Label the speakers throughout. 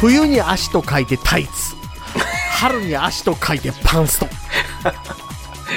Speaker 1: 冬に足と書いてタイ ツ春に足と書いてパンスト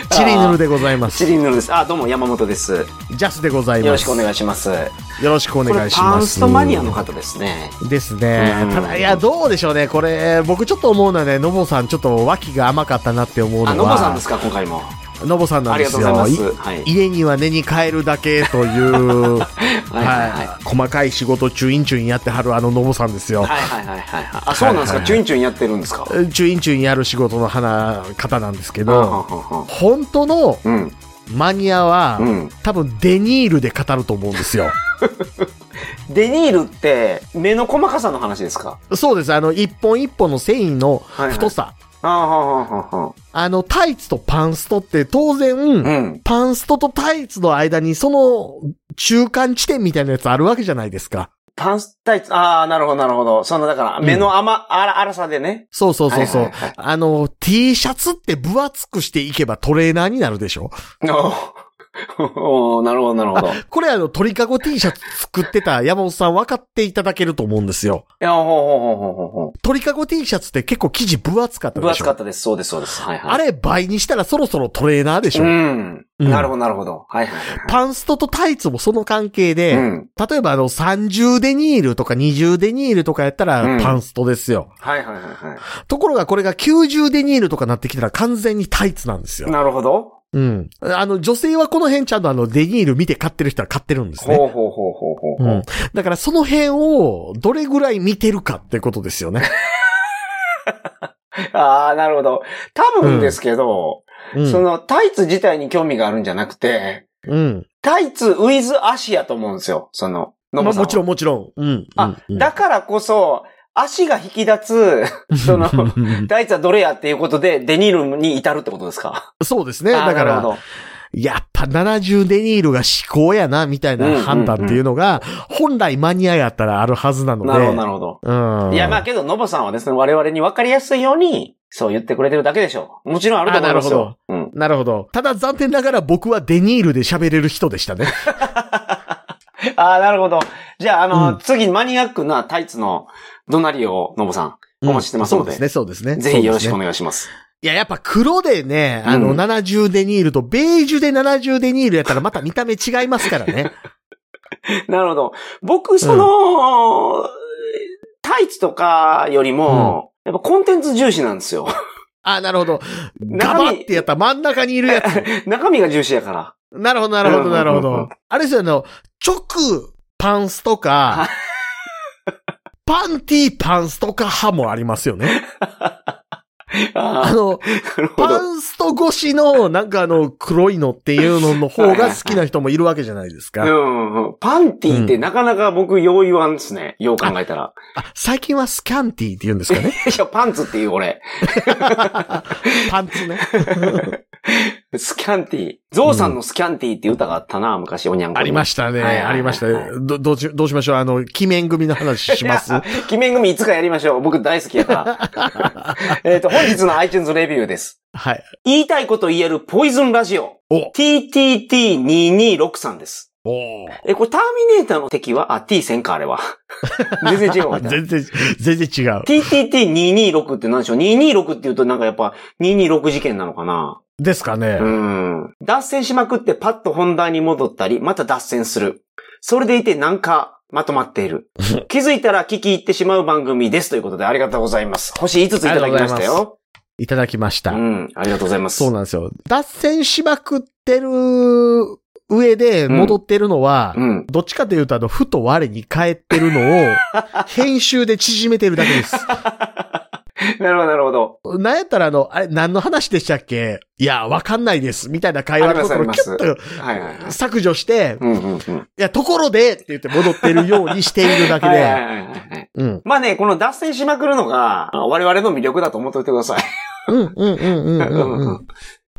Speaker 1: チリヌルでございま
Speaker 2: チ
Speaker 1: す
Speaker 2: リヌルです。あ、どうも山本です。よ
Speaker 1: ジャスでございます
Speaker 2: ろしくお願いします。
Speaker 1: よろしくお
Speaker 2: こ
Speaker 1: 願
Speaker 2: れ
Speaker 1: いし
Speaker 2: パ
Speaker 1: ま
Speaker 2: ン
Speaker 1: す
Speaker 2: ストマニアの方ですね。
Speaker 1: ですね
Speaker 2: う、ん
Speaker 1: ただいやどうでしょうねこれ僕ちょっと思うのはねのぼさんちょっと脇が甘かったなって思うのは
Speaker 2: あ、のぼさんですか今回も。
Speaker 1: のぼさんなんですよ
Speaker 2: ありがとうございますはい
Speaker 1: 家には根に帰るだけという、
Speaker 2: はいはい
Speaker 1: はい細かい仕事チュインチュインやってはるあののぼさんですよ、
Speaker 2: はいはいはいはいはい。あ、そうなんです
Speaker 1: はいはいは
Speaker 2: か。
Speaker 1: い
Speaker 2: チュンチュンやってるんですか。
Speaker 1: チュインチュインやる仕事の花方なんですけ
Speaker 2: うん
Speaker 1: ど、本当の
Speaker 2: うん
Speaker 1: マニアは、
Speaker 2: うん
Speaker 1: 多分デニールで語ると思うんです よ。
Speaker 2: デニールって目の細かさの話ですか。
Speaker 1: そうです。あの、一本一本の繊維の太さ。
Speaker 2: ああはあはあは
Speaker 1: あの、タイツとパンストって当然、
Speaker 2: あ。うん。
Speaker 1: パンストとタイツの間にその中間地点みたいなやつあるわけじゃないですか。
Speaker 2: パンスタイツ。ああなるほどなるほど。そのだから
Speaker 1: うん
Speaker 2: 目の甘あら粗さでね。
Speaker 1: そうそうそうそう、
Speaker 2: はいはいはい
Speaker 1: あの、T シャツって分厚くしていけばトレーナーになるでしょ
Speaker 2: おーおーなるほどなるほど。い
Speaker 1: これあの、鳥かご T シャツ作ってた山本さん分かっていただけると思うんですよ。
Speaker 2: やほうほうほうほうほ
Speaker 1: 鳥かご T シャツって結構生地分厚かった
Speaker 2: う。
Speaker 1: でしょ
Speaker 2: 分厚かったです。そうですそうです。はいはい。
Speaker 1: あれ倍にしたらそろそろトレーナーでしょ、
Speaker 2: うん。
Speaker 1: うん
Speaker 2: なるほど、なるほど。はいはい
Speaker 1: パンストとタイツもその関係で、
Speaker 2: はい。うん。
Speaker 1: 例えばあの30デニールとか20デニールとかやったら
Speaker 2: うん
Speaker 1: パンストですよ。
Speaker 2: はいはいはいは
Speaker 1: ところがこれが90デニールとかなってきたら完全にタイツなんです
Speaker 2: い。
Speaker 1: よ。
Speaker 2: なるほど。
Speaker 1: うん。あの女性はこの辺ちゃんとあのデニール見て買ってる人は買ってるんですね。
Speaker 2: ほうほうほうほうほ
Speaker 1: う
Speaker 2: うほ
Speaker 1: ん
Speaker 2: う。。
Speaker 1: だからその辺をどれぐらい見てるかってことです よね。
Speaker 2: ああ、なるほど。多分ですけど、
Speaker 1: うん。
Speaker 2: そのタイツ自体に興味があるんじゃなくて、
Speaker 1: うん。
Speaker 2: タイツウィズ足やと思うんですよ。その、
Speaker 1: ま
Speaker 2: の
Speaker 1: あ
Speaker 2: ぼさんは
Speaker 1: もちろんもちろん。うん。
Speaker 2: あ、
Speaker 1: うん
Speaker 2: だからこそ、足が引き立つ、その、タイツはどれやっていうことで、デニールに至るってことですか
Speaker 1: そうです
Speaker 2: あ
Speaker 1: ね。
Speaker 2: ー
Speaker 1: だか
Speaker 2: なる
Speaker 1: ら
Speaker 2: ほ、ど
Speaker 1: やっぱ70デニールが思考やな、みたいな判断っていうのが、本来マニアやったらあるはずなので。
Speaker 2: なるほど、なるほど。
Speaker 1: うん。
Speaker 2: いや、まあけど、ノボさんはですね、我々に分かりやすいように、そう言ってくれてるだけでしょう。もちろんあると思いますよ。うん。
Speaker 1: なるほど。ただ残念ながら僕はデニールで喋れる人でしたね。
Speaker 2: ああ、なるほど。じゃあ、あの、
Speaker 1: うん
Speaker 2: 次、マニアックなタイツの怒鳴りを、ノボさん、お待ちしてます
Speaker 1: そ
Speaker 2: の
Speaker 1: うで
Speaker 2: で、
Speaker 1: すね、そうですね。
Speaker 2: ぜひよろしく
Speaker 1: そ
Speaker 2: お
Speaker 1: うですね
Speaker 2: 願いします。
Speaker 1: いや、やっぱ黒でね、あの、
Speaker 2: うん
Speaker 1: 70デニールとベージュで70デニールやったらまた見た目違いますから ね。
Speaker 2: なるほど。僕、その、タイツとかよりも、やっぱコンテンツ重視なんですよ。
Speaker 1: あ、なるほど。ガ
Speaker 2: 中身
Speaker 1: バってやったら真ん中にいるやつ。
Speaker 2: 中身が重視やから。
Speaker 1: なるほど、なるほど、なるほ
Speaker 2: うんうんう
Speaker 1: ど
Speaker 2: ん。
Speaker 1: あれですよ、あの、直パンスとか
Speaker 2: は、
Speaker 1: パンティーパンスとか派もありますよね。あ
Speaker 2: あ
Speaker 1: の、
Speaker 2: あ、なるほ
Speaker 1: パ
Speaker 2: ど。
Speaker 1: ンスト越しの、なんかあの、黒いのっていうのの方が好きな人もいるわけじゃないです
Speaker 2: う
Speaker 1: か。
Speaker 2: んうんうん、パンティーってなかなか僕、よう言わんですね。よう考え たら。
Speaker 1: あ、最近はスキャンティーって言うんですか ね。
Speaker 2: いや、パンツっていう俺。
Speaker 1: パンツね。
Speaker 2: スキャンティー。ゾウさんのスキャンティーっていう歌があったな、昔、おにゃんこに。
Speaker 1: ありま
Speaker 2: し
Speaker 1: したね。
Speaker 2: はいはいはい
Speaker 1: ありましたね。ど、どうし、どうしましょうあの、鬼面組の話し ます
Speaker 2: や鬼面組いつかやりましょう。僕大好き やから。えっと、本日の iTunes レビューです。
Speaker 1: はい。
Speaker 2: 言いたいこと言えるポイズンラジオ。
Speaker 1: お
Speaker 2: TTT2263 です。
Speaker 1: おー
Speaker 2: え、これターミネーターの敵は、あ、T せんか、あれは。全然違うわ。
Speaker 1: 全然、全然違う。
Speaker 2: TTT226 って何でしょう ?226 って言うとなんかやっぱ226事件なのかな
Speaker 1: ですかね
Speaker 2: う。ん。脱線しまくってパッと本題に戻ったり、また脱線する。それでいてなんかまとまっている。 気づいたら聞き入ってしまう番組ですということでありがとうございます。星5ついただきましたよ。
Speaker 1: いただきました
Speaker 2: う。ん。ありがとうございます。
Speaker 1: そうなんですよ。脱線しまくってる上で戻ってるのは、
Speaker 2: うん。
Speaker 1: どっちかというと、あの、ふと我に返ってるの を、編集で縮めてるだけです。
Speaker 2: なるほど、なるほど。
Speaker 1: なんやったら、あの、あれ、何の話でしたっけいや、わかんないです。みたいな会話のとこ
Speaker 2: あり
Speaker 1: ろを
Speaker 2: ま
Speaker 1: キ
Speaker 2: す
Speaker 1: ュッ
Speaker 2: はいはいはい
Speaker 1: と。削除して、
Speaker 2: うんうんうん。
Speaker 1: いや、ところでって言って戻ってるようにしているだけ
Speaker 2: はいはい
Speaker 1: で、
Speaker 2: はいはい。
Speaker 1: うん。
Speaker 2: まあね、この脱線しまくるのが、あ我々の魅力だと思っておいてください。
Speaker 1: うん、うん、うん、うんうん、うん。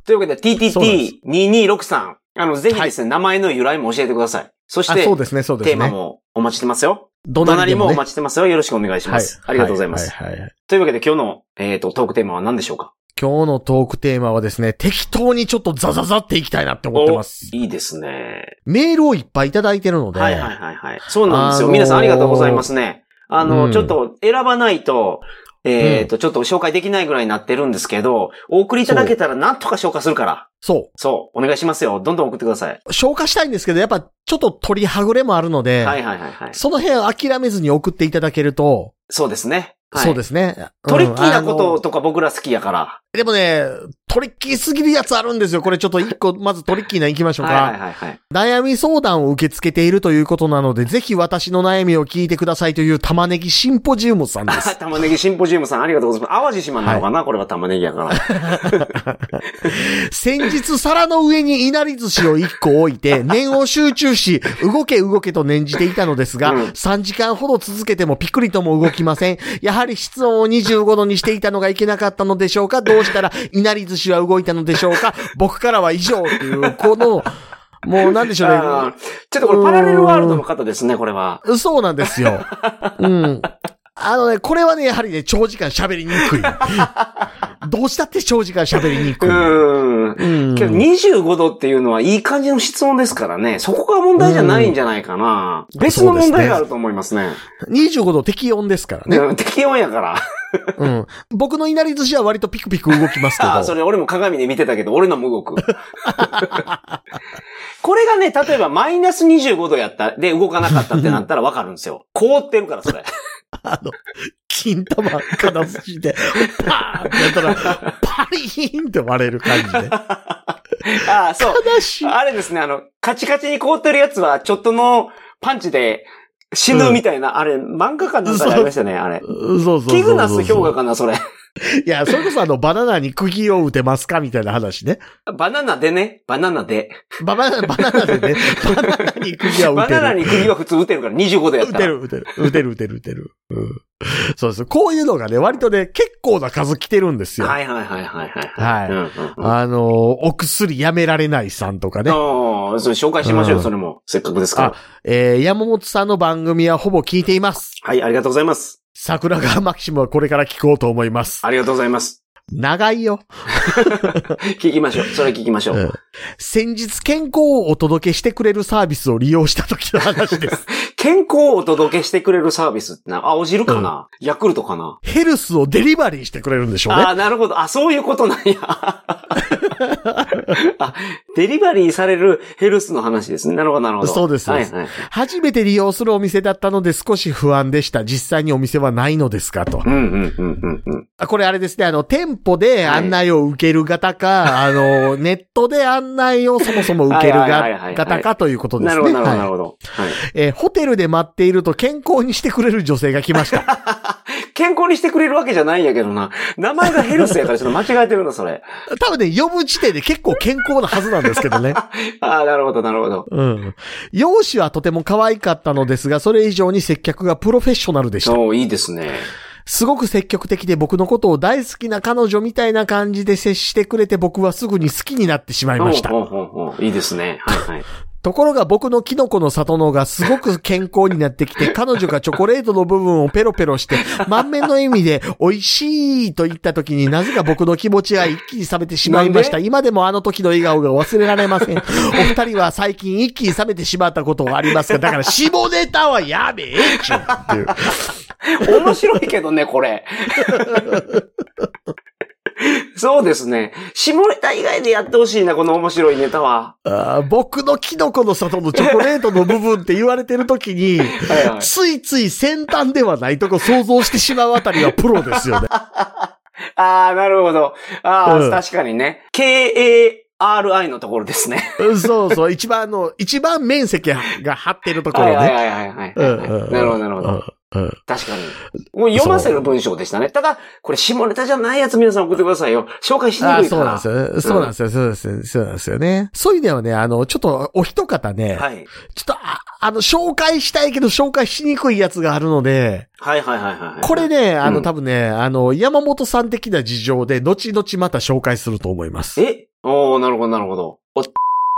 Speaker 2: というわけで、
Speaker 1: そうなんです
Speaker 2: TTT2263。あの、ぜひですね、名前の由来も教えてください。そし
Speaker 1: あ、
Speaker 2: て、
Speaker 1: そうですね、そうで
Speaker 2: テー
Speaker 1: す
Speaker 2: マ
Speaker 1: ね。
Speaker 2: もお待ちしてますよ。
Speaker 1: ど
Speaker 2: どなりもお
Speaker 1: ね
Speaker 2: 待ちしてますよ。よろしくお願いします。ありがとうございます。
Speaker 1: はい、はいはいはい
Speaker 2: というわけで、今日の、えっ、と、トークテーマは何でしょうか
Speaker 1: 今日のトークテーマはですね、適当にちょっとザザザっていきたいなって思ってます。
Speaker 2: いいですね。
Speaker 1: メールをいっぱいいただいてるので、
Speaker 2: はいはいはいはい。そうなんですよ。
Speaker 1: あのー
Speaker 2: 皆さんありがとうございますね。あの、
Speaker 1: うん
Speaker 2: ちょっと選ばないと、えっ、と、ちょっと紹介できないぐらいになってるんですけど、お送りいただけたらなんとか消化するから。
Speaker 1: そ
Speaker 2: そう、お願いしますよ。どんどん送ってください。
Speaker 1: う。消化したいんですけど、やっぱちょっと取りはぐれもあるので、
Speaker 2: はいはいはいはい。
Speaker 1: その辺諦めずに送っていただけると、
Speaker 2: そうですね。はい、
Speaker 1: そうですね。
Speaker 2: トリッキーな
Speaker 1: うん
Speaker 2: こ。
Speaker 1: あ
Speaker 2: と
Speaker 1: の
Speaker 2: とか僕ら好きやから。
Speaker 1: でもね、トリッキーすぎるやつあるんですよ。これちょっと一個、 まずトリッキーな行きましょうか。
Speaker 2: はいはいはいはい。
Speaker 1: 悩み相談を受け付けているということなので、ぜひ私の悩みを聞いてくださいという玉ねぎシンポジウムさんです。
Speaker 2: 玉ねぎシンポジウムさんありがとうございます。淡路島なのかな、これは玉ねぎ やから。
Speaker 1: 先日皿の上にいなり寿司を1個置い て、念を集中し、動け動けと念じていたのですが、
Speaker 2: うん
Speaker 1: 3時間ほど続けてもピクリとも動きません。やはり室温を25度にしていたのがいけなかったのでしょうかどうしたらいなり寿司は動いたのでしょうか僕からは以上という、この、もうなんでしょうね。
Speaker 2: あーちょっとこれパラレルワールドの方ですね、これは。
Speaker 1: そうなんですよ。うん。あのね、これはね、やはりね、長時間喋りにく い。どうしたって長時間喋りに
Speaker 2: う
Speaker 1: くい。
Speaker 2: ーん。
Speaker 1: うん。
Speaker 2: けど25度っていうのはいい感じの室温ですからね、そこが問題じゃないんじゃないかな。
Speaker 1: うん
Speaker 2: 別の問題があると思いますね。
Speaker 1: 25度適温ですからね。
Speaker 2: うん適温 やから。
Speaker 1: うん。僕のいなり寿司は割とピクピク動きますけ
Speaker 2: ああ、
Speaker 1: ど。
Speaker 2: それ俺も鏡で見てたけど、俺のも動く。 これがね、例えばマイナス25度やった、で動かなかったってなったらわかるんですよ。凍ってるから、それ。
Speaker 1: あの、金玉金寿司で、パーンってやったら、パリーンって割れる感 じで。
Speaker 2: ああ、そう。
Speaker 1: 悲しい。
Speaker 2: あれですね、あの、カチカチに凍ってるやつは、ちょっとのパンチで死ぬみたいな、あれ、漫画館なんかでありましたね、あれ。
Speaker 1: うんそうそうそうそう。
Speaker 2: キグナス氷河かな、それ。
Speaker 1: いや、それこそあの、バナナに釘を打てますかみたいな話ね。
Speaker 2: バナナでね、バナナで。
Speaker 1: バナナ、バナナでね、バナナに釘は打
Speaker 2: バ
Speaker 1: てる
Speaker 2: ナ。ナに釘は普通打てるから、25度やった
Speaker 1: 打て
Speaker 2: ら。
Speaker 1: る、打てる、打てる、打てる、打てる。うん。そうです。こういうのがね、割とね、結構な数来てるんですよ。
Speaker 2: はいはいはいはいはい。
Speaker 1: はい
Speaker 2: うんうんうん
Speaker 1: あのー、お薬やめられないさんとかね。
Speaker 2: ああ、それ紹介しましょう
Speaker 1: う
Speaker 2: よ、
Speaker 1: ん
Speaker 2: それも。せっかくですから
Speaker 1: あ。えー、山本さんの番組はほぼ聞いています。
Speaker 2: はい、ありがとうございます。
Speaker 1: 桜川マキシムはこれから聞こうと思います。
Speaker 2: ありがとうございます。
Speaker 1: 長いよ。
Speaker 2: 聞きましょう。それ聞きましょ
Speaker 1: う
Speaker 2: う。
Speaker 1: ん先日健康をお届けしてくれるサービスを利用した時の話 です。
Speaker 2: 健康をお届けしてくれるサービスってな、青汁かなヤクルトかな
Speaker 1: ヘルスをデリバリーしてくれるんでしょうね
Speaker 2: あ。あ、なるほど。あ、そういうこと なんや。あ、デリバリーされるヘルスの話ですね。なるほど、なるほど。
Speaker 1: そうですそう
Speaker 2: は
Speaker 1: で
Speaker 2: い
Speaker 1: す
Speaker 2: はい。
Speaker 1: 初めて利用するお店だったので少し不安でした。実際にお店はないのですかと。
Speaker 2: うんうんうんうんうん。
Speaker 1: あこれあれですね、あの、店舗で
Speaker 2: はい
Speaker 1: 案内を受ける方か、 あの、ネットで案内をそもそも受ける
Speaker 2: はいはいはいはいは
Speaker 1: が
Speaker 2: い
Speaker 1: 方かということで
Speaker 2: な
Speaker 1: す
Speaker 2: る
Speaker 1: ね。
Speaker 2: ほど、なる
Speaker 1: はい
Speaker 2: ほど、なるほど。はい。
Speaker 1: えーホテルで待っていると健康にしてくれる女性が来ました。
Speaker 2: 健康にしてくれるわけじゃないんやけどな。名前がヘルスやからちょっと間違えてるな、それ。
Speaker 1: 多分ね、呼ぶ時点で結構健康なはずなんですけどね。
Speaker 2: ああ、なるほど、なるほど。
Speaker 1: うん。容姿はとても可愛かったのですが、それ以上に接客がプロフェッショナルでした。
Speaker 2: おーいいですね。
Speaker 1: すごく積極的で僕のことを大好きな彼女みたいな感じで接してくれて僕はすぐに好きになってしまいました。
Speaker 2: おうおうおうおういいですね。はいはい。
Speaker 1: ところが僕のキノコの里のがすごく健康になって きて、彼女がチョコレートの部分をペロペロして、満面の意味で美味しいと言った時になぜか僕の気持ちは一気に冷めてしまいました。
Speaker 2: な
Speaker 1: 今でもあの時の笑顔が忘れられま せん。お二人は最近一気に冷めてしまったことはありますかだから下ネタはやめえっちゅうって いう。
Speaker 2: 面白いけどね、これ。 そうですね。下ネタ以外でやってほしいな、この面白いネタは。
Speaker 1: あー僕のキノコの里のチョコレートの部分って言われてる時に、
Speaker 2: はいはい。
Speaker 1: ついつい先端ではないとこ想像してしまうあたりはプロですよね。
Speaker 2: ああ、なるほど。ああ、
Speaker 1: うん
Speaker 2: 確かにね。K-A-R-I のところですね。
Speaker 1: うんそうそう、一番あの、一番面積が張って るとこ
Speaker 2: はい
Speaker 1: ろ
Speaker 2: はい
Speaker 1: ね。
Speaker 2: はいはいはい。
Speaker 1: うんうんうん
Speaker 2: なるほど、なるほど。
Speaker 1: うんうん
Speaker 2: 確かに。もう読ませる文章でしたね。ただ、これ下ネタじゃないやつ皆さん送ってくださいよ。紹介しに
Speaker 1: あ
Speaker 2: く
Speaker 1: ー
Speaker 2: いか
Speaker 1: そう
Speaker 2: ら。
Speaker 1: なんですよね。そうなんですよ。そうですよ。そうなんですよね。そういう意味ではね、あの、ちょっと、お一方ね、
Speaker 2: はい。
Speaker 1: ちょっとあ、あの、紹介したいけど、紹介しにくいやつがあるので、
Speaker 2: はいはいはいはい。
Speaker 1: これね、あ
Speaker 2: う
Speaker 1: の、
Speaker 2: ん
Speaker 1: 多分ね、あの、山本さん的な事情で、後々また紹介すると思います。
Speaker 2: えおー、なるほど、なるほど。お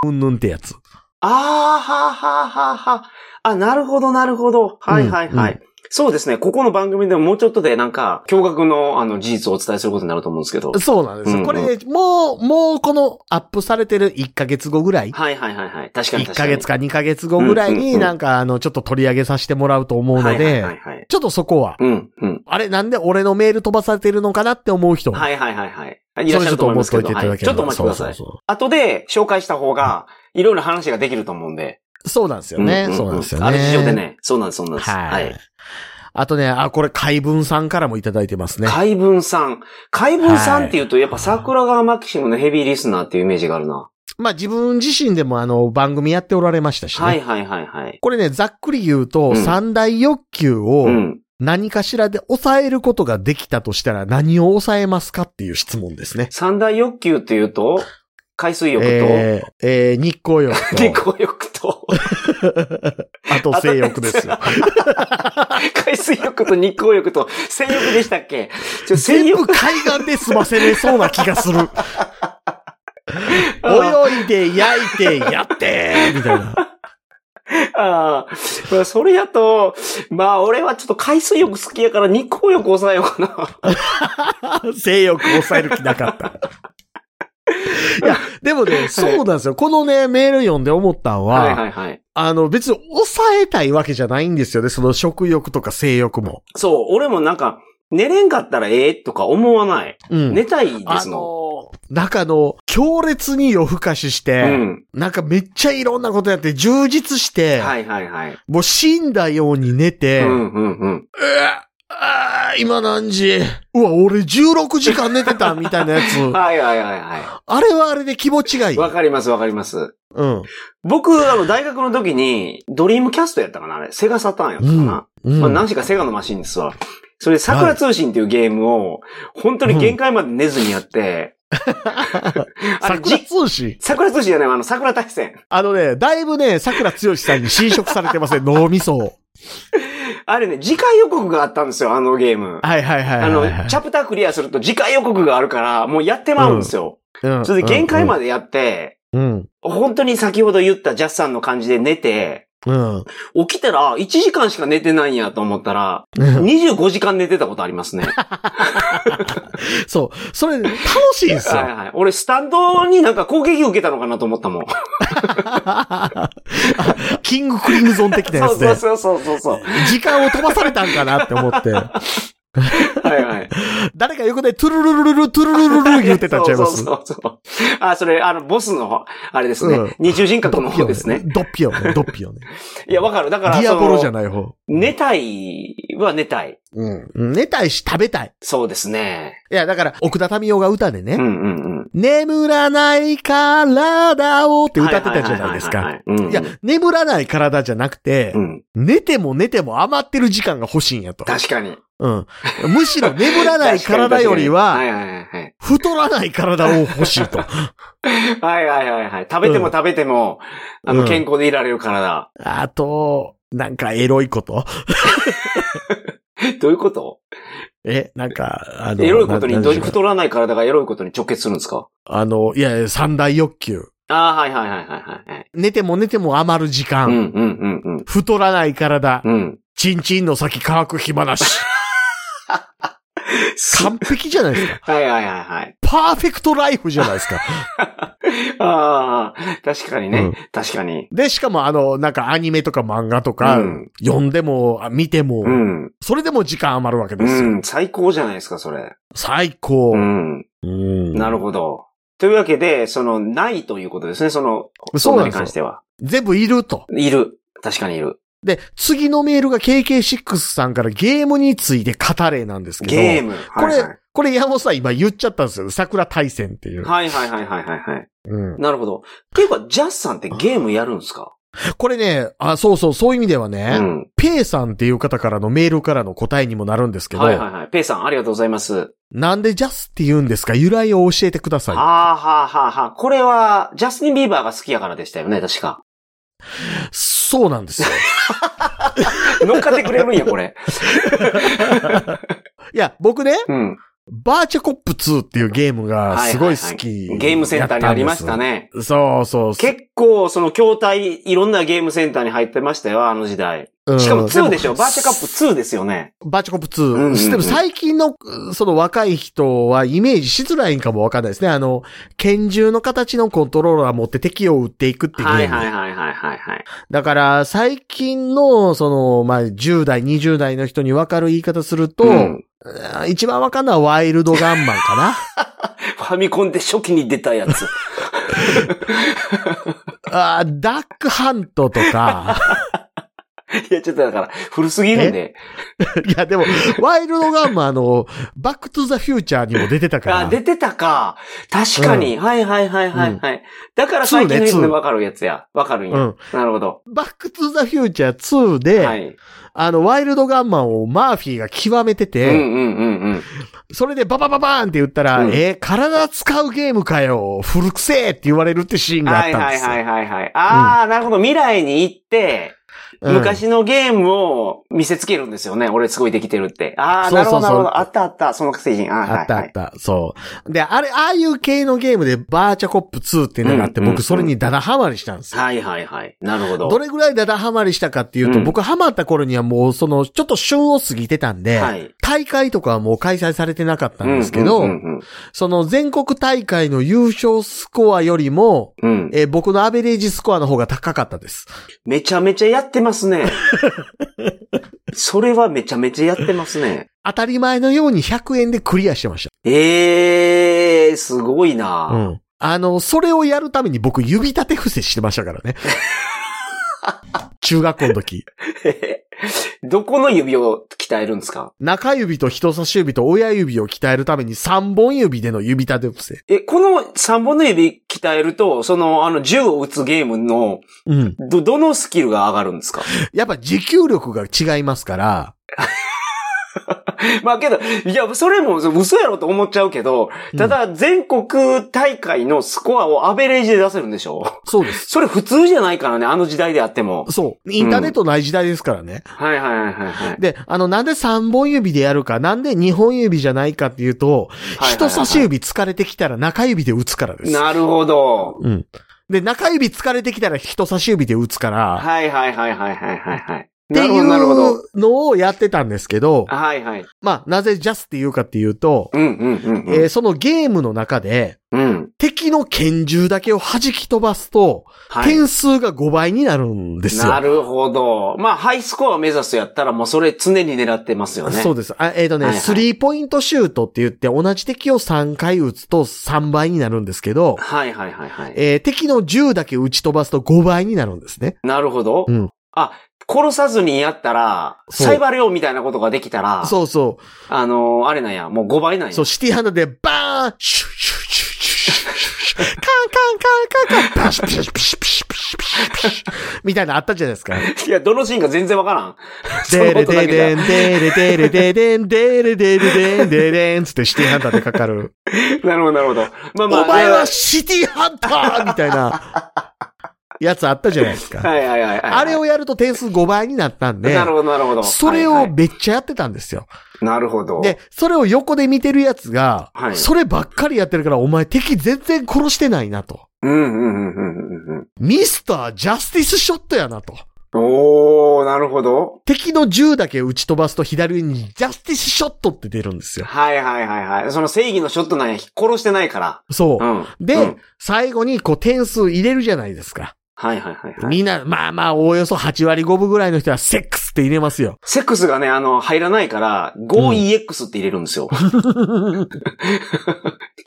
Speaker 1: うんぬんってやつ。
Speaker 2: ああ、はあ、はあ、はあ、はあ。あ、なるほど、なるほど。はい、はい、はい。
Speaker 1: う
Speaker 2: そうですね。ここの番組でももうちょっとでなんか、驚愕のあの事実をお伝えすることになると思うんですけど。
Speaker 1: そうなんですよ。
Speaker 2: うん
Speaker 1: これ、もう、もうこのアップされてる1ヶ月後ぐらい。
Speaker 2: はいはいはいはい。確かに
Speaker 1: 1
Speaker 2: 確か
Speaker 1: ヶ
Speaker 2: に。
Speaker 1: 月か2ヶ月後ぐらい
Speaker 2: うんうん
Speaker 1: に
Speaker 2: うん
Speaker 1: なんかあの、ちょっと取り上げさせてもらうと思うの
Speaker 2: はいは
Speaker 1: で
Speaker 2: い、はいはい。
Speaker 1: ちょっとそこは、
Speaker 2: うん、うん。
Speaker 1: あれなんで俺のメール飛ばされてるのかなって思う人も、
Speaker 2: はいはいはいはい。い
Speaker 1: それちょ
Speaker 2: らっしゃ
Speaker 1: っ
Speaker 2: ると
Speaker 1: と
Speaker 2: 思い
Speaker 1: 思
Speaker 2: ま
Speaker 1: っ
Speaker 2: す
Speaker 1: とい
Speaker 2: けど。
Speaker 1: ていた
Speaker 2: は
Speaker 1: だ
Speaker 2: い
Speaker 1: け
Speaker 2: ち
Speaker 1: れ
Speaker 2: ょっ
Speaker 1: ば。
Speaker 2: とお待ちください
Speaker 1: そ。うそう
Speaker 2: 後で紹介した方が、いろいろ話ができると思うんで。
Speaker 1: そうそうなんですよね
Speaker 2: う。ん
Speaker 1: そうなんですよね。
Speaker 2: ある事情で。ね。そうなんです、そうなんです。は
Speaker 1: はい
Speaker 2: い。。
Speaker 1: あとね、あ、これ、海文さんからもいただいてますね。
Speaker 2: 海文さん。海文さんって言うと、やっぱ桜川マキシムのヘビーリスナーっていうイメージがあるな。
Speaker 1: まあ自分自身でもあの、番組やっておられましたしね。
Speaker 2: はいはいはいはい。
Speaker 1: これね、ざっくり言う
Speaker 2: う
Speaker 1: と、
Speaker 2: ん
Speaker 1: 三大欲求を
Speaker 2: うん。
Speaker 1: 何かしらで抑えることができたとしたら何を抑えますかっていう質問ですね。
Speaker 2: 三大欲求って言うと、海水浴と、
Speaker 1: えーえー日光浴と、
Speaker 2: 日光浴 と、
Speaker 1: あと性欲ですよ。
Speaker 2: 海水浴と日光浴と、性欲でしたっけちょ、性
Speaker 1: 全
Speaker 2: 欲
Speaker 1: 部海岸で済ませれそうな気がす る。泳いで、焼いて、やって、みたいな。
Speaker 2: ああ、まあそれやと、まあ俺はちょっと海水浴好きやから日光浴抑えようかな。
Speaker 1: 性欲を抑える気なかった。いや、でもね、そうなんですよ。このね、メール読んで思ったんは、
Speaker 2: はいはいはい。
Speaker 1: あの、別に抑えたいわけじゃないんですよね。その食欲とか性欲も。
Speaker 2: そう、俺もなんか、寝れんかったらええとか思わない。
Speaker 1: うん。
Speaker 2: 寝たいで
Speaker 1: あ
Speaker 2: すの。
Speaker 1: のー、なんかあの、強烈に夜更かしし
Speaker 2: う
Speaker 1: て、
Speaker 2: ん。
Speaker 1: なんかめっちゃいろんなことやって、充実して、
Speaker 2: はいはいはい。
Speaker 1: もう死んだように寝
Speaker 2: う
Speaker 1: て、
Speaker 2: んうんうん。
Speaker 1: うわあー今何時うわ、俺16時間寝てたみたいなやつ。
Speaker 2: はいはいはいは
Speaker 1: あれはあれで気持ちがい
Speaker 2: い。
Speaker 1: い。
Speaker 2: わかりますわかります。
Speaker 1: うん。
Speaker 2: 僕、あの、大学の時に、ドリームキャストやったかなあれ。セガサターンやった
Speaker 1: う
Speaker 2: か
Speaker 1: ん。
Speaker 2: な、
Speaker 1: うん
Speaker 2: まあ何しかセガのマシンですわ。それで桜通信っていうゲームを、本当に限界まで寝ずにやって、 あれ
Speaker 1: 桜通信。
Speaker 2: 桜通信じゃないわあの、桜大戦。
Speaker 1: あのね、だいぶね、桜剛さんに侵食されてません、脳みそを。
Speaker 2: あれね、次回予告があったんですよ、あのゲー ム。
Speaker 1: はいはいはい
Speaker 2: あ
Speaker 1: はい
Speaker 2: の
Speaker 1: はい。、
Speaker 2: チャプタークリアすると次回予告があるから、もうやってまうんですよ。
Speaker 1: うん
Speaker 2: それで限界までやって、
Speaker 1: うん。
Speaker 2: 本当に先ほど言ったジャスさんの感じで寝て、
Speaker 1: うん。
Speaker 2: 起きたら、あ1時間しか寝てないんやと思ったら、
Speaker 1: うん
Speaker 2: 25時間寝てたことありますね。
Speaker 1: そう。 それ、楽しいんです
Speaker 2: はい
Speaker 1: よ。
Speaker 2: はい。俺、スタンドになんか攻撃受けたのかなと思ったもん。
Speaker 1: あキングクリムゾン的なや
Speaker 2: そ
Speaker 1: つ
Speaker 2: うそう
Speaker 1: で。
Speaker 2: そうそうそうそう。
Speaker 1: 時間を飛ばされたんかなって思って。
Speaker 2: はいはい。
Speaker 1: 誰か横でトゥルルルルル、トゥルルルル言ってたんちゃいます
Speaker 2: そうそうそうそう。あ、それ、あの、ボスの、あれですね。
Speaker 1: うん
Speaker 2: 二重人格の
Speaker 1: ド
Speaker 2: 方
Speaker 1: ッピ
Speaker 2: で
Speaker 1: オ
Speaker 2: すね。
Speaker 1: ドッピオね、ドッピオね。
Speaker 2: いや、わかる。だから、
Speaker 1: ディアボロじゃ
Speaker 2: な
Speaker 1: ない方。
Speaker 2: 寝たいは寝たい。
Speaker 1: うん。寝たいし食べたい。
Speaker 2: そうですね。
Speaker 1: いや、だから、奥田民生が歌でね、
Speaker 2: うんうんうん。
Speaker 1: 眠らない体をって歌ってたじゃないです
Speaker 2: は
Speaker 1: か。
Speaker 2: ははいはい。うんうん
Speaker 1: いや、眠らない体じゃなくて、
Speaker 2: うん。
Speaker 1: 寝ても寝ても余ってる時間が欲しいんやと。
Speaker 2: 確かに。
Speaker 1: うん。むしろ眠らない
Speaker 2: 確かに
Speaker 1: 体より
Speaker 2: は
Speaker 1: は、
Speaker 2: いはいはいはい。
Speaker 1: 太らない体を欲しいと。
Speaker 2: はいはいはいはい。食べても食べても、あ
Speaker 1: う
Speaker 2: の、
Speaker 1: ん
Speaker 2: 健康でいられる体。
Speaker 1: あと、なんかエロいこと。
Speaker 2: どういうこと
Speaker 1: え、なんか、あの、
Speaker 2: エロいことに、
Speaker 1: な
Speaker 2: ど
Speaker 1: な
Speaker 2: うん
Speaker 1: でし
Speaker 2: いう
Speaker 1: ょう
Speaker 2: 太らない体がエロいことに直結するんですか
Speaker 1: あの、いやいや、三大欲求。
Speaker 2: ああ、はいはいはいはいはい。
Speaker 1: 寝ても寝ても余る時
Speaker 2: うん
Speaker 1: 間。
Speaker 2: うんうんうん。
Speaker 1: 太らない体。
Speaker 2: うん。
Speaker 1: チンチンの先乾く暇 なし。完璧じゃないですか。
Speaker 2: はいはいはいはい。
Speaker 1: パーフェクトライフじゃないですか。
Speaker 2: ああ、確かにね。
Speaker 1: うん
Speaker 2: 確かに。
Speaker 1: で、しかもあの、なんかアニメとか漫画とか、
Speaker 2: うん
Speaker 1: 読んでも、あ見ても、
Speaker 2: うん。
Speaker 1: それでも時間余るわけですよ。
Speaker 2: うん。最高じゃないですか、それ。
Speaker 1: 最高。
Speaker 2: うん。
Speaker 1: うん
Speaker 2: なるほど。というわけで、その、ないということですね、その、
Speaker 1: そうなん
Speaker 2: に
Speaker 1: ですよ
Speaker 2: 関しては。
Speaker 1: 全部いると。
Speaker 2: いる。確かにいる。
Speaker 1: で、次のメールが KK6 さんからゲームについて語れなんですけど。
Speaker 2: ゲーム。
Speaker 1: これ、
Speaker 2: はいはい
Speaker 1: これ山本さん今言っちゃったんですよ。桜大戦っていう。
Speaker 2: はいはいはいはいはいはい。
Speaker 1: うん、
Speaker 2: なるほど。っていうか、ジャスさんってゲームやるんですか
Speaker 1: これね、あ、そうそう、そういう意味では
Speaker 2: う
Speaker 1: ね、
Speaker 2: ん。
Speaker 1: ペイさんっていう方からのメールからの答えにもなるんですけど、
Speaker 2: はいはいはい。ペイさん、ありがとうございます。
Speaker 1: なんでジャスって言うんですか由来を教えてくだ
Speaker 2: あー
Speaker 1: さ
Speaker 2: はあはあはあ。これは、ジャスティン・ビーバーが好きやからでしたよね、確か。
Speaker 1: い。そうなん ですよ。
Speaker 2: 乗っかってくれるんや、これ。
Speaker 1: いや、僕ね、
Speaker 2: うん。
Speaker 1: バーチャコップ2っていうゲームがすごい好き。
Speaker 2: ゲームセンターにありました。ね。
Speaker 1: そうそうそう。
Speaker 2: 結構、その筐体、いろんなゲームセンターに入ってましたよ、あの時代。
Speaker 1: うん
Speaker 2: しかも2でしょ
Speaker 1: も
Speaker 2: バーチャカップ2ですよね。
Speaker 1: バーチャコップ
Speaker 2: うんうんうん
Speaker 1: 2。でも最近の、その若い人はイメージしづらいんかもわかんないですね。あの、拳銃の形のコントローラー持って敵を撃っていくっていうゲーム。
Speaker 2: はいはいはいはいはいはい。
Speaker 1: だから、最近の、その、まあ、10代、20代の人にわかる言い方すると、
Speaker 2: うん
Speaker 1: あー一番わかんないのはワイルドガンマンかな。
Speaker 2: ファミコンで初期に出た やつ。
Speaker 1: あーダックハントとか。
Speaker 2: いや、ちょっとだから、古すぎるんで。
Speaker 1: いや、でも、ワイルドガンマン、あの、バックトゥザフューチャーにも出てたから。
Speaker 2: あ、出てたか。確かに。はいはいはいはいはい。だから最近のやつ
Speaker 1: ツー
Speaker 2: で
Speaker 1: ね
Speaker 2: わかるやつや。わかるんや。
Speaker 1: うん
Speaker 2: なるほど。
Speaker 1: バックトゥザフューチャー2で、
Speaker 2: はい。
Speaker 1: あの、ワイルドガンマンをマーフィーが極めてて、
Speaker 2: うんうんうんうん。
Speaker 1: それでババババーンって言ったら、
Speaker 2: うん
Speaker 1: えー体使うゲームかよ、古くせえって言われるってシーンがあ
Speaker 2: は
Speaker 1: っ
Speaker 2: い
Speaker 1: たん
Speaker 2: は
Speaker 1: で
Speaker 2: い
Speaker 1: すよ。
Speaker 2: はいはいはい。ああ、なるほど。未来に行って、
Speaker 1: うん
Speaker 2: 昔のゲームを見せつけるんですよね。俺すごいできてるって。ああ、
Speaker 1: そ
Speaker 2: な
Speaker 1: う
Speaker 2: る
Speaker 1: そ
Speaker 2: ほど
Speaker 1: うそう
Speaker 2: なるほど。あったあった。その製品。あー
Speaker 1: あったあ
Speaker 2: はい
Speaker 1: った、そう。で、あれ、ああいう系のゲームでバーチャコップ2っていうのがあって、
Speaker 2: うんうんうん
Speaker 1: 僕それにダダハマりしたんですよ。
Speaker 2: はいはいはいはい。なるほど。
Speaker 1: どれぐらいダダハマりしたかっていうと、
Speaker 2: うん
Speaker 1: 僕ハマった頃にはもうその、ちょっと旬を過ぎてたんで、
Speaker 2: はい。
Speaker 1: 大会とかはもう開催されてなかったんですけど、
Speaker 2: うんうん
Speaker 1: その全国大会の優勝スコアよりも、
Speaker 2: うんうん。
Speaker 1: えー僕のアベレージスコアの方が高かったです。
Speaker 2: めちゃめちゃやってま すね。それはめちゃめちゃやってますね。
Speaker 1: 当たり前のように100円でクリアしてまし
Speaker 2: ええー、すご
Speaker 1: た。
Speaker 2: い
Speaker 1: う
Speaker 2: な、
Speaker 1: ん。あの、それをやるために僕指立て伏せしてましたから ね。中学校の時。
Speaker 2: どこの指を鍛えるんですか
Speaker 1: 中指と人差し指と親指を鍛えるために3本指での指立て伏せ。
Speaker 2: え、この3本の指鍛えると、その、あの、銃を撃つゲームの、
Speaker 1: うん。
Speaker 2: ど、どのスキルが上がるんですか
Speaker 1: やっぱ持久力が違いますから。
Speaker 2: まあけど、いや、それも嘘やろと思っちゃうけど、ただ、全国大会のスコアをアベレージで出せるんでしょ
Speaker 1: そうです。
Speaker 2: それ普通じゃないからね、あの時代であっても。
Speaker 1: そう。インターネットない時代ですからね。
Speaker 2: はいはいはいはいはい。
Speaker 1: で、あの、なんで3本指でやるか、なんで2本指じゃないかっていうと、
Speaker 2: はいはいはい
Speaker 1: 人差し指疲れてきたら中指で打つからです。
Speaker 2: なるほど。
Speaker 1: うん。で、中指疲れてきたら人差し指で打つから、
Speaker 2: はいはいはいはいはいはいはい。
Speaker 1: って
Speaker 2: なる
Speaker 1: い
Speaker 2: ほど、なるほ
Speaker 1: う
Speaker 2: ど。
Speaker 1: のをやってたんですけど、
Speaker 2: はいはい。
Speaker 1: まあ、なぜジャスっていうかっていうと、
Speaker 2: うんうんうん、うん
Speaker 1: えーそのゲームの中で、
Speaker 2: うん。
Speaker 1: 敵の拳銃だけを弾き飛ばすと、
Speaker 2: はい。
Speaker 1: 点数が5倍になるんですよ。
Speaker 2: なるほど。まあ、ハイスコアを目指すやったら、もうそれ常に狙ってますよね。
Speaker 1: そうです。あえっ、とね、
Speaker 2: はいはい
Speaker 1: スリーポイントシュートって言って、同じ敵を3回撃つと3倍になるんですけど、
Speaker 2: はいはいはいはい。
Speaker 1: えー敵の銃だけ撃ち飛ばすと5倍になるんですね。
Speaker 2: なるほど。
Speaker 1: うん
Speaker 2: あ、殺さずにやったら、
Speaker 1: そう
Speaker 2: サイバル用みたいなことができたら、
Speaker 1: そうそ
Speaker 2: あのーあれなんや、もう5倍なん
Speaker 1: う。
Speaker 2: や。
Speaker 1: そう、シティハンドでバーンシュッシュッシュッシュッシュッシュッシュッカンカンカンカンカンパシュピシュピシュピシュピシュピシュピシュピシュみたいなのあったじゃないですか。
Speaker 2: いや、どのシーンか全然わからん。その
Speaker 1: デレ
Speaker 2: ことだ
Speaker 1: デ
Speaker 2: けじゃ
Speaker 1: デン、デレデレデデン、デレデレデン、デレンつってシティハンターでかかる。
Speaker 2: なるほど、なるほど。まあ
Speaker 1: お
Speaker 2: まあ。
Speaker 1: 前はシティハンターみたいな、やつあったじゃないですか。
Speaker 2: はいはいはいはい。
Speaker 1: あれをやると点数5倍になったんで
Speaker 2: な、るほど、なるほど。
Speaker 1: それ
Speaker 2: はい
Speaker 1: を
Speaker 2: はい
Speaker 1: めっちゃやってたんですよ。
Speaker 2: なるほど。
Speaker 1: で、それを横で見てるやつが
Speaker 2: は、い
Speaker 1: そればっかりやってるから、お前敵全然殺してないなと。
Speaker 2: うんうんうんうんうんうん。
Speaker 1: ミスタージャスティスショットやなと。
Speaker 2: おー、なるほど。
Speaker 1: 敵の銃だけ撃ち飛ばすと左上にジャスティスショットって出るんですよ。
Speaker 2: はいはいはいはい。その正義のショットなんや、殺してないから。
Speaker 1: そうう。
Speaker 2: ん。
Speaker 1: で、
Speaker 2: うん
Speaker 1: 最後にこう点数入れるじゃないですか。
Speaker 2: はいはいはいはい。
Speaker 1: みんな、まあまあ、おおよそ8割5分ぐらいの人はセックスって入れますよ。
Speaker 2: セックスがね、あの、入らないから、5EX って入れるんですよ。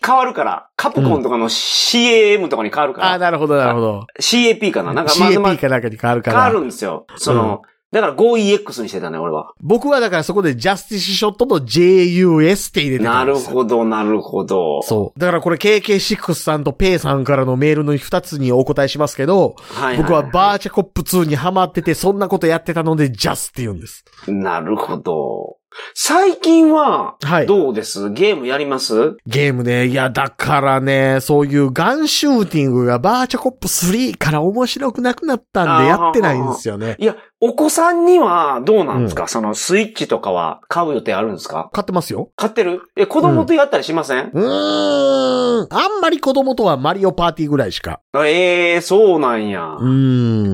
Speaker 2: 変わるから。カプコンとかの CAM とかに変わるか
Speaker 1: ああ、
Speaker 2: ら。
Speaker 1: なるほど、なるほど。
Speaker 2: CAP かななんかまずま
Speaker 1: CAP かなんかに変わるか
Speaker 2: 変
Speaker 1: ら。
Speaker 2: わるんですよ。その、だから 5EX にしてたね、俺は。
Speaker 1: 僕はだからそこでジャスティスショットと JUS って入れてた
Speaker 2: なん
Speaker 1: で
Speaker 2: る
Speaker 1: すよ。
Speaker 2: ほど、なるほど。
Speaker 1: そう。だからこれ KK6 さんと P さんからのメールの二つにお答えしますけど、
Speaker 2: はいいい
Speaker 1: 僕はバーチャコップ2にハマってて、そんなことやってたので、ジャスって言うんです。
Speaker 2: なるほど。最近は、
Speaker 1: はい。
Speaker 2: どうですゲームやります
Speaker 1: ゲームね、いや、だからね、そういうガンシューティングがバーチャコップ3から面白くなくなったんで
Speaker 2: あー
Speaker 1: やってないんですよね。
Speaker 2: いや、お子さんにはどうなんですか、そのスイッチとかは買う予定あるんですか
Speaker 1: 買ってますよ。
Speaker 2: 買ってるえ、子供とやったりしません、
Speaker 1: うーん。あんまり子供とはマリオパーティーぐらいしか。
Speaker 2: ええー、そうなんや。
Speaker 1: うー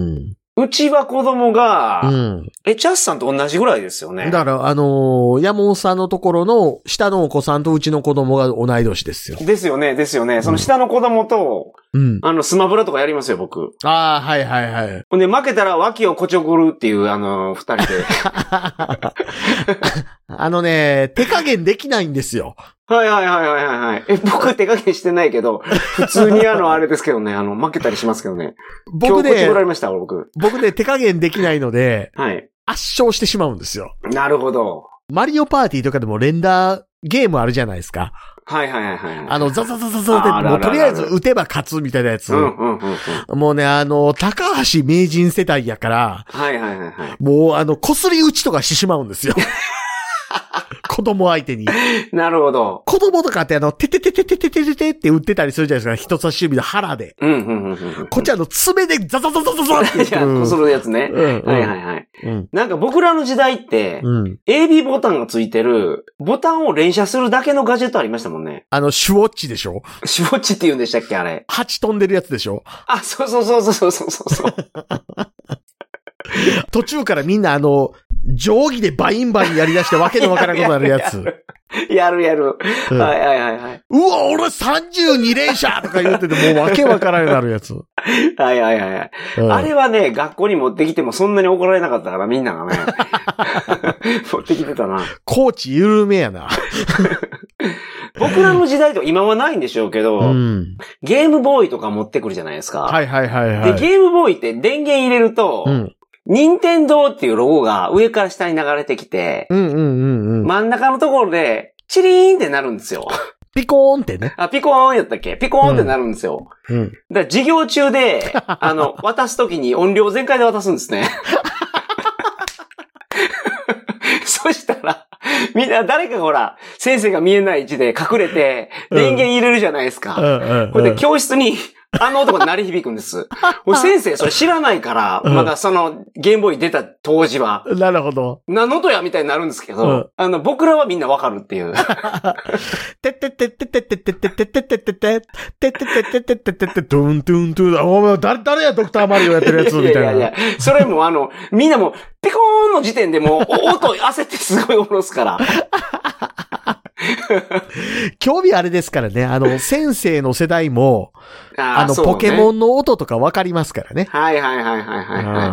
Speaker 1: ん。
Speaker 2: うちは子供が、
Speaker 1: うん。
Speaker 2: え、チャスさんと同じぐらいですよね。
Speaker 1: だから、あのー山本さんのところの下のお子さんとうちの子供が同い年ですよ。
Speaker 2: ですよね、ですよね。その下の子供と、
Speaker 1: うん。
Speaker 2: あの、スマブラとかやりますよ、僕。
Speaker 1: ああ、はいはいはい。
Speaker 2: ほんで、負けたら脇をこちょぐるっていう、あの、二人 で。
Speaker 1: あのね、手加減できないんですよ。
Speaker 2: はいはいはいはいはいはい。え、僕手加減してないけど、普通にあの、あれですけどね、あの、負けたりしますけどね。今
Speaker 1: 僕
Speaker 2: 日こち
Speaker 1: ね
Speaker 2: ょぐら、れました、僕。
Speaker 1: 僕ね、手加減できないので、
Speaker 2: はい。
Speaker 1: 圧勝してしまうんですよ。
Speaker 2: なるほど。
Speaker 1: マリオパーティーとかでもレンダーゲームあるじゃないですか。
Speaker 2: はいはいはいはい。
Speaker 1: あの、ザザザザザ
Speaker 2: あ
Speaker 1: って、
Speaker 2: らら
Speaker 1: も
Speaker 2: ら
Speaker 1: うとりあえず撃てば勝つみたいなやつ。
Speaker 2: うんうんうんうん。
Speaker 1: もうね、あの、高橋名人世代やから、
Speaker 2: はいはいはいは
Speaker 1: もうあの、擦り打ちとかしてしまうんです よ。子供相手に。
Speaker 2: い。なるほど。
Speaker 1: 子供とかってあの、てててててててててって打ってたりするじゃないですか。人差し指の腹で。
Speaker 2: うんうん うんうんうん。
Speaker 1: こっちはあの、爪でザザザザザザって打っ
Speaker 2: じ
Speaker 1: て
Speaker 2: ゃあ、こす
Speaker 1: る。
Speaker 2: るやつね。
Speaker 1: うんうん
Speaker 2: はいはいはい。
Speaker 1: うん。
Speaker 2: なんか僕らの時代って、
Speaker 1: うん。
Speaker 2: AB ボタンがついてる、ボタンを連射するだけのガジェットありましたもんね。
Speaker 1: あの、シュウォッチでしょ
Speaker 2: シュウォッチって言うんでしたっけあれ。
Speaker 1: 蜂飛んでるやつでしょ
Speaker 2: あ、そうそうそうそうそうそうそう。
Speaker 1: 途中からみんなあの、定規でバインバインやり出してわけのわからんことなるやつ。
Speaker 2: やるやる。
Speaker 1: うん
Speaker 2: はいはいはいはい。
Speaker 1: うわ、俺32連射とか言ってて、もうわけわからんようになるやつ。うん
Speaker 2: はいはいはいはい。あれはね、学校に持ってきてもそんなに怒られなかったから、みん ながね。持ってきてたな。
Speaker 1: コーチ緩めやな。
Speaker 2: 僕らの時代と今はないんでしょうけど、
Speaker 1: うん。
Speaker 2: ゲームボーイとか持ってくるじゃないですか。
Speaker 1: はいはいはいはい。
Speaker 2: で、ゲームボーイって電源入れると、
Speaker 1: うん。
Speaker 2: 任天堂っていうロゴが上から下に流れてきて、
Speaker 1: うんうんうんうん。
Speaker 2: 真ん中のところで、チリーンってなるんですよ。
Speaker 1: ピコーンってね。
Speaker 2: あ、ピコーンやったっけピコーンってなるんですよ。
Speaker 1: うん。
Speaker 2: だから授業 中で、あの、渡すときに音量全開で渡すんですね。そしたら、みんな誰かがほら、先生が見えない位置で隠れて、電源入れるじゃないです
Speaker 1: う
Speaker 2: か。
Speaker 1: んうん
Speaker 2: こ
Speaker 1: う
Speaker 2: れ
Speaker 1: ん。
Speaker 2: で教室 に、あの音が鳴り響くんです。もう先生、それ知らないから、
Speaker 1: うん
Speaker 2: まだその、ゲームボーイ出た当時は、
Speaker 1: なるほど。
Speaker 2: 何の音やみたいになるんですけど、
Speaker 1: うん
Speaker 2: あの、僕らはみんなわかるっていう。
Speaker 1: てってってってってってってってってってってててててててててドゥンドゥンドゥン。あ、お前誰、誰やドクターマリオやってるやつみたいな。
Speaker 2: や、それもあの、みんなもう、ピコーンの時点で もう、お音焦ってすごい下ろすから。
Speaker 1: 興味あれですからね。あの、先生の世代も、
Speaker 2: あ
Speaker 1: あの、ポケモ
Speaker 2: ン。
Speaker 1: ンの音とかわかりますからね。
Speaker 2: はいはいはいはいはい、は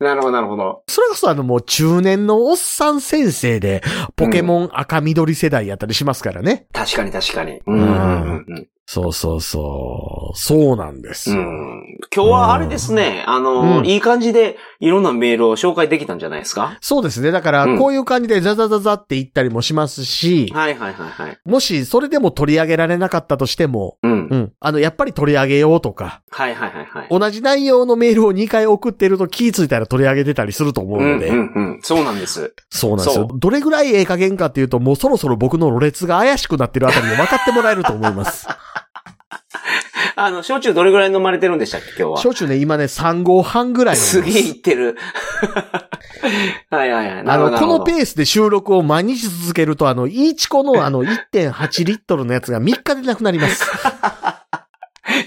Speaker 1: うん
Speaker 2: い。なるほどなるほど。
Speaker 1: それこそあのもう中年のおっさん先生で、ポケモン赤緑世代やったりしますからね。
Speaker 2: 確かに確かに。うんうんうん
Speaker 1: そうそうそう。そうなんです
Speaker 2: う
Speaker 1: よ。
Speaker 2: ん今日はあれですね、あの、
Speaker 1: うん
Speaker 2: いい感じでいろんなメールを紹介できたんじゃないですか
Speaker 1: そうですね。だから
Speaker 2: うん、
Speaker 1: こういう感じでザザザザって言ったりもしますし、
Speaker 2: はいはいはいはい。
Speaker 1: もしそれでも取り上げられなかったとしても、
Speaker 2: うん。
Speaker 1: うん。あの、やっぱり取り上げようとか、
Speaker 2: はいはいはいはい。
Speaker 1: 同じ内容のメールを2回送ってると気ぃついたら取り上げてたりすると思う
Speaker 2: うん
Speaker 1: の
Speaker 2: う
Speaker 1: で、
Speaker 2: んうん。そうなんです。
Speaker 1: そうなんですよ
Speaker 2: そ。
Speaker 1: どれぐらいええ加減かっていうと、もうそろそろ僕の路列が怪しくなってるあたりも分かってもらえると思い ます。
Speaker 2: あの、焼酎どれぐらい飲まれてるんでしたっけ今日は。
Speaker 1: 焼酎ね、今ね、3合半ぐらい飲んでます
Speaker 2: げえいってる。 はいはいはい。な
Speaker 1: あ
Speaker 2: るほ
Speaker 1: の、
Speaker 2: ど
Speaker 1: この
Speaker 2: なるほど
Speaker 1: ペースで収録を毎日続けると、あの、イーチコのあの、1.8リットルのやつが3日でなくなります。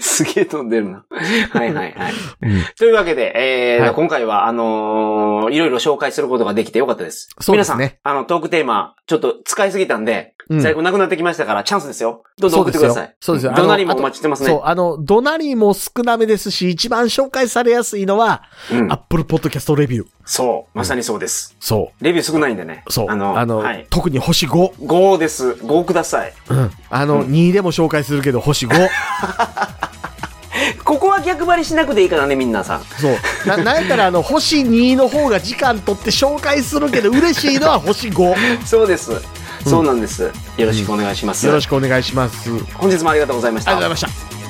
Speaker 2: すげえ飛んでるな。はいはいはい。
Speaker 1: うん
Speaker 2: というわけで、えー
Speaker 1: はい
Speaker 2: 今回は、あのーいろいろ紹介することができてよかったです。
Speaker 1: そうですね
Speaker 2: 皆さん、あの、トークテーマ、ちょっと使いすぎたんで、
Speaker 1: うん
Speaker 2: 在庫なくなってきましたから、チャンスですよ。どんど
Speaker 1: そ
Speaker 2: ん
Speaker 1: う
Speaker 2: 送っ
Speaker 1: で
Speaker 2: て
Speaker 1: す
Speaker 2: くだ
Speaker 1: よ
Speaker 2: さい。。
Speaker 1: そうですよ。
Speaker 2: どなりも
Speaker 1: あの
Speaker 2: お
Speaker 1: あと
Speaker 2: 待ちしてます
Speaker 1: そう
Speaker 2: ね。、
Speaker 1: あの、どなりも少なめですし、一番紹介されやすいのは、
Speaker 2: うん
Speaker 1: アップルポッドキャストレビュー。
Speaker 2: そう。まさにそうです。
Speaker 1: そ
Speaker 2: レビュー少ないんでね。
Speaker 1: う。そう。
Speaker 2: あ
Speaker 1: あ
Speaker 2: の、
Speaker 1: の、
Speaker 2: はい。
Speaker 1: 特に星5。
Speaker 2: 5です。5ください。
Speaker 1: うん。あの、2でも紹介するけど、星5。
Speaker 2: ここは逆張りしなくていいからね、みんなさん。
Speaker 1: そう。な、なんやったら、あの、星2の方が時間取って紹介するけど、嬉しいのは星5。
Speaker 2: そうです。 そうなんです。よろしくお願いします。
Speaker 1: よろしくお願いします。あり
Speaker 2: 本日もありがとうございました。
Speaker 1: がとうございました。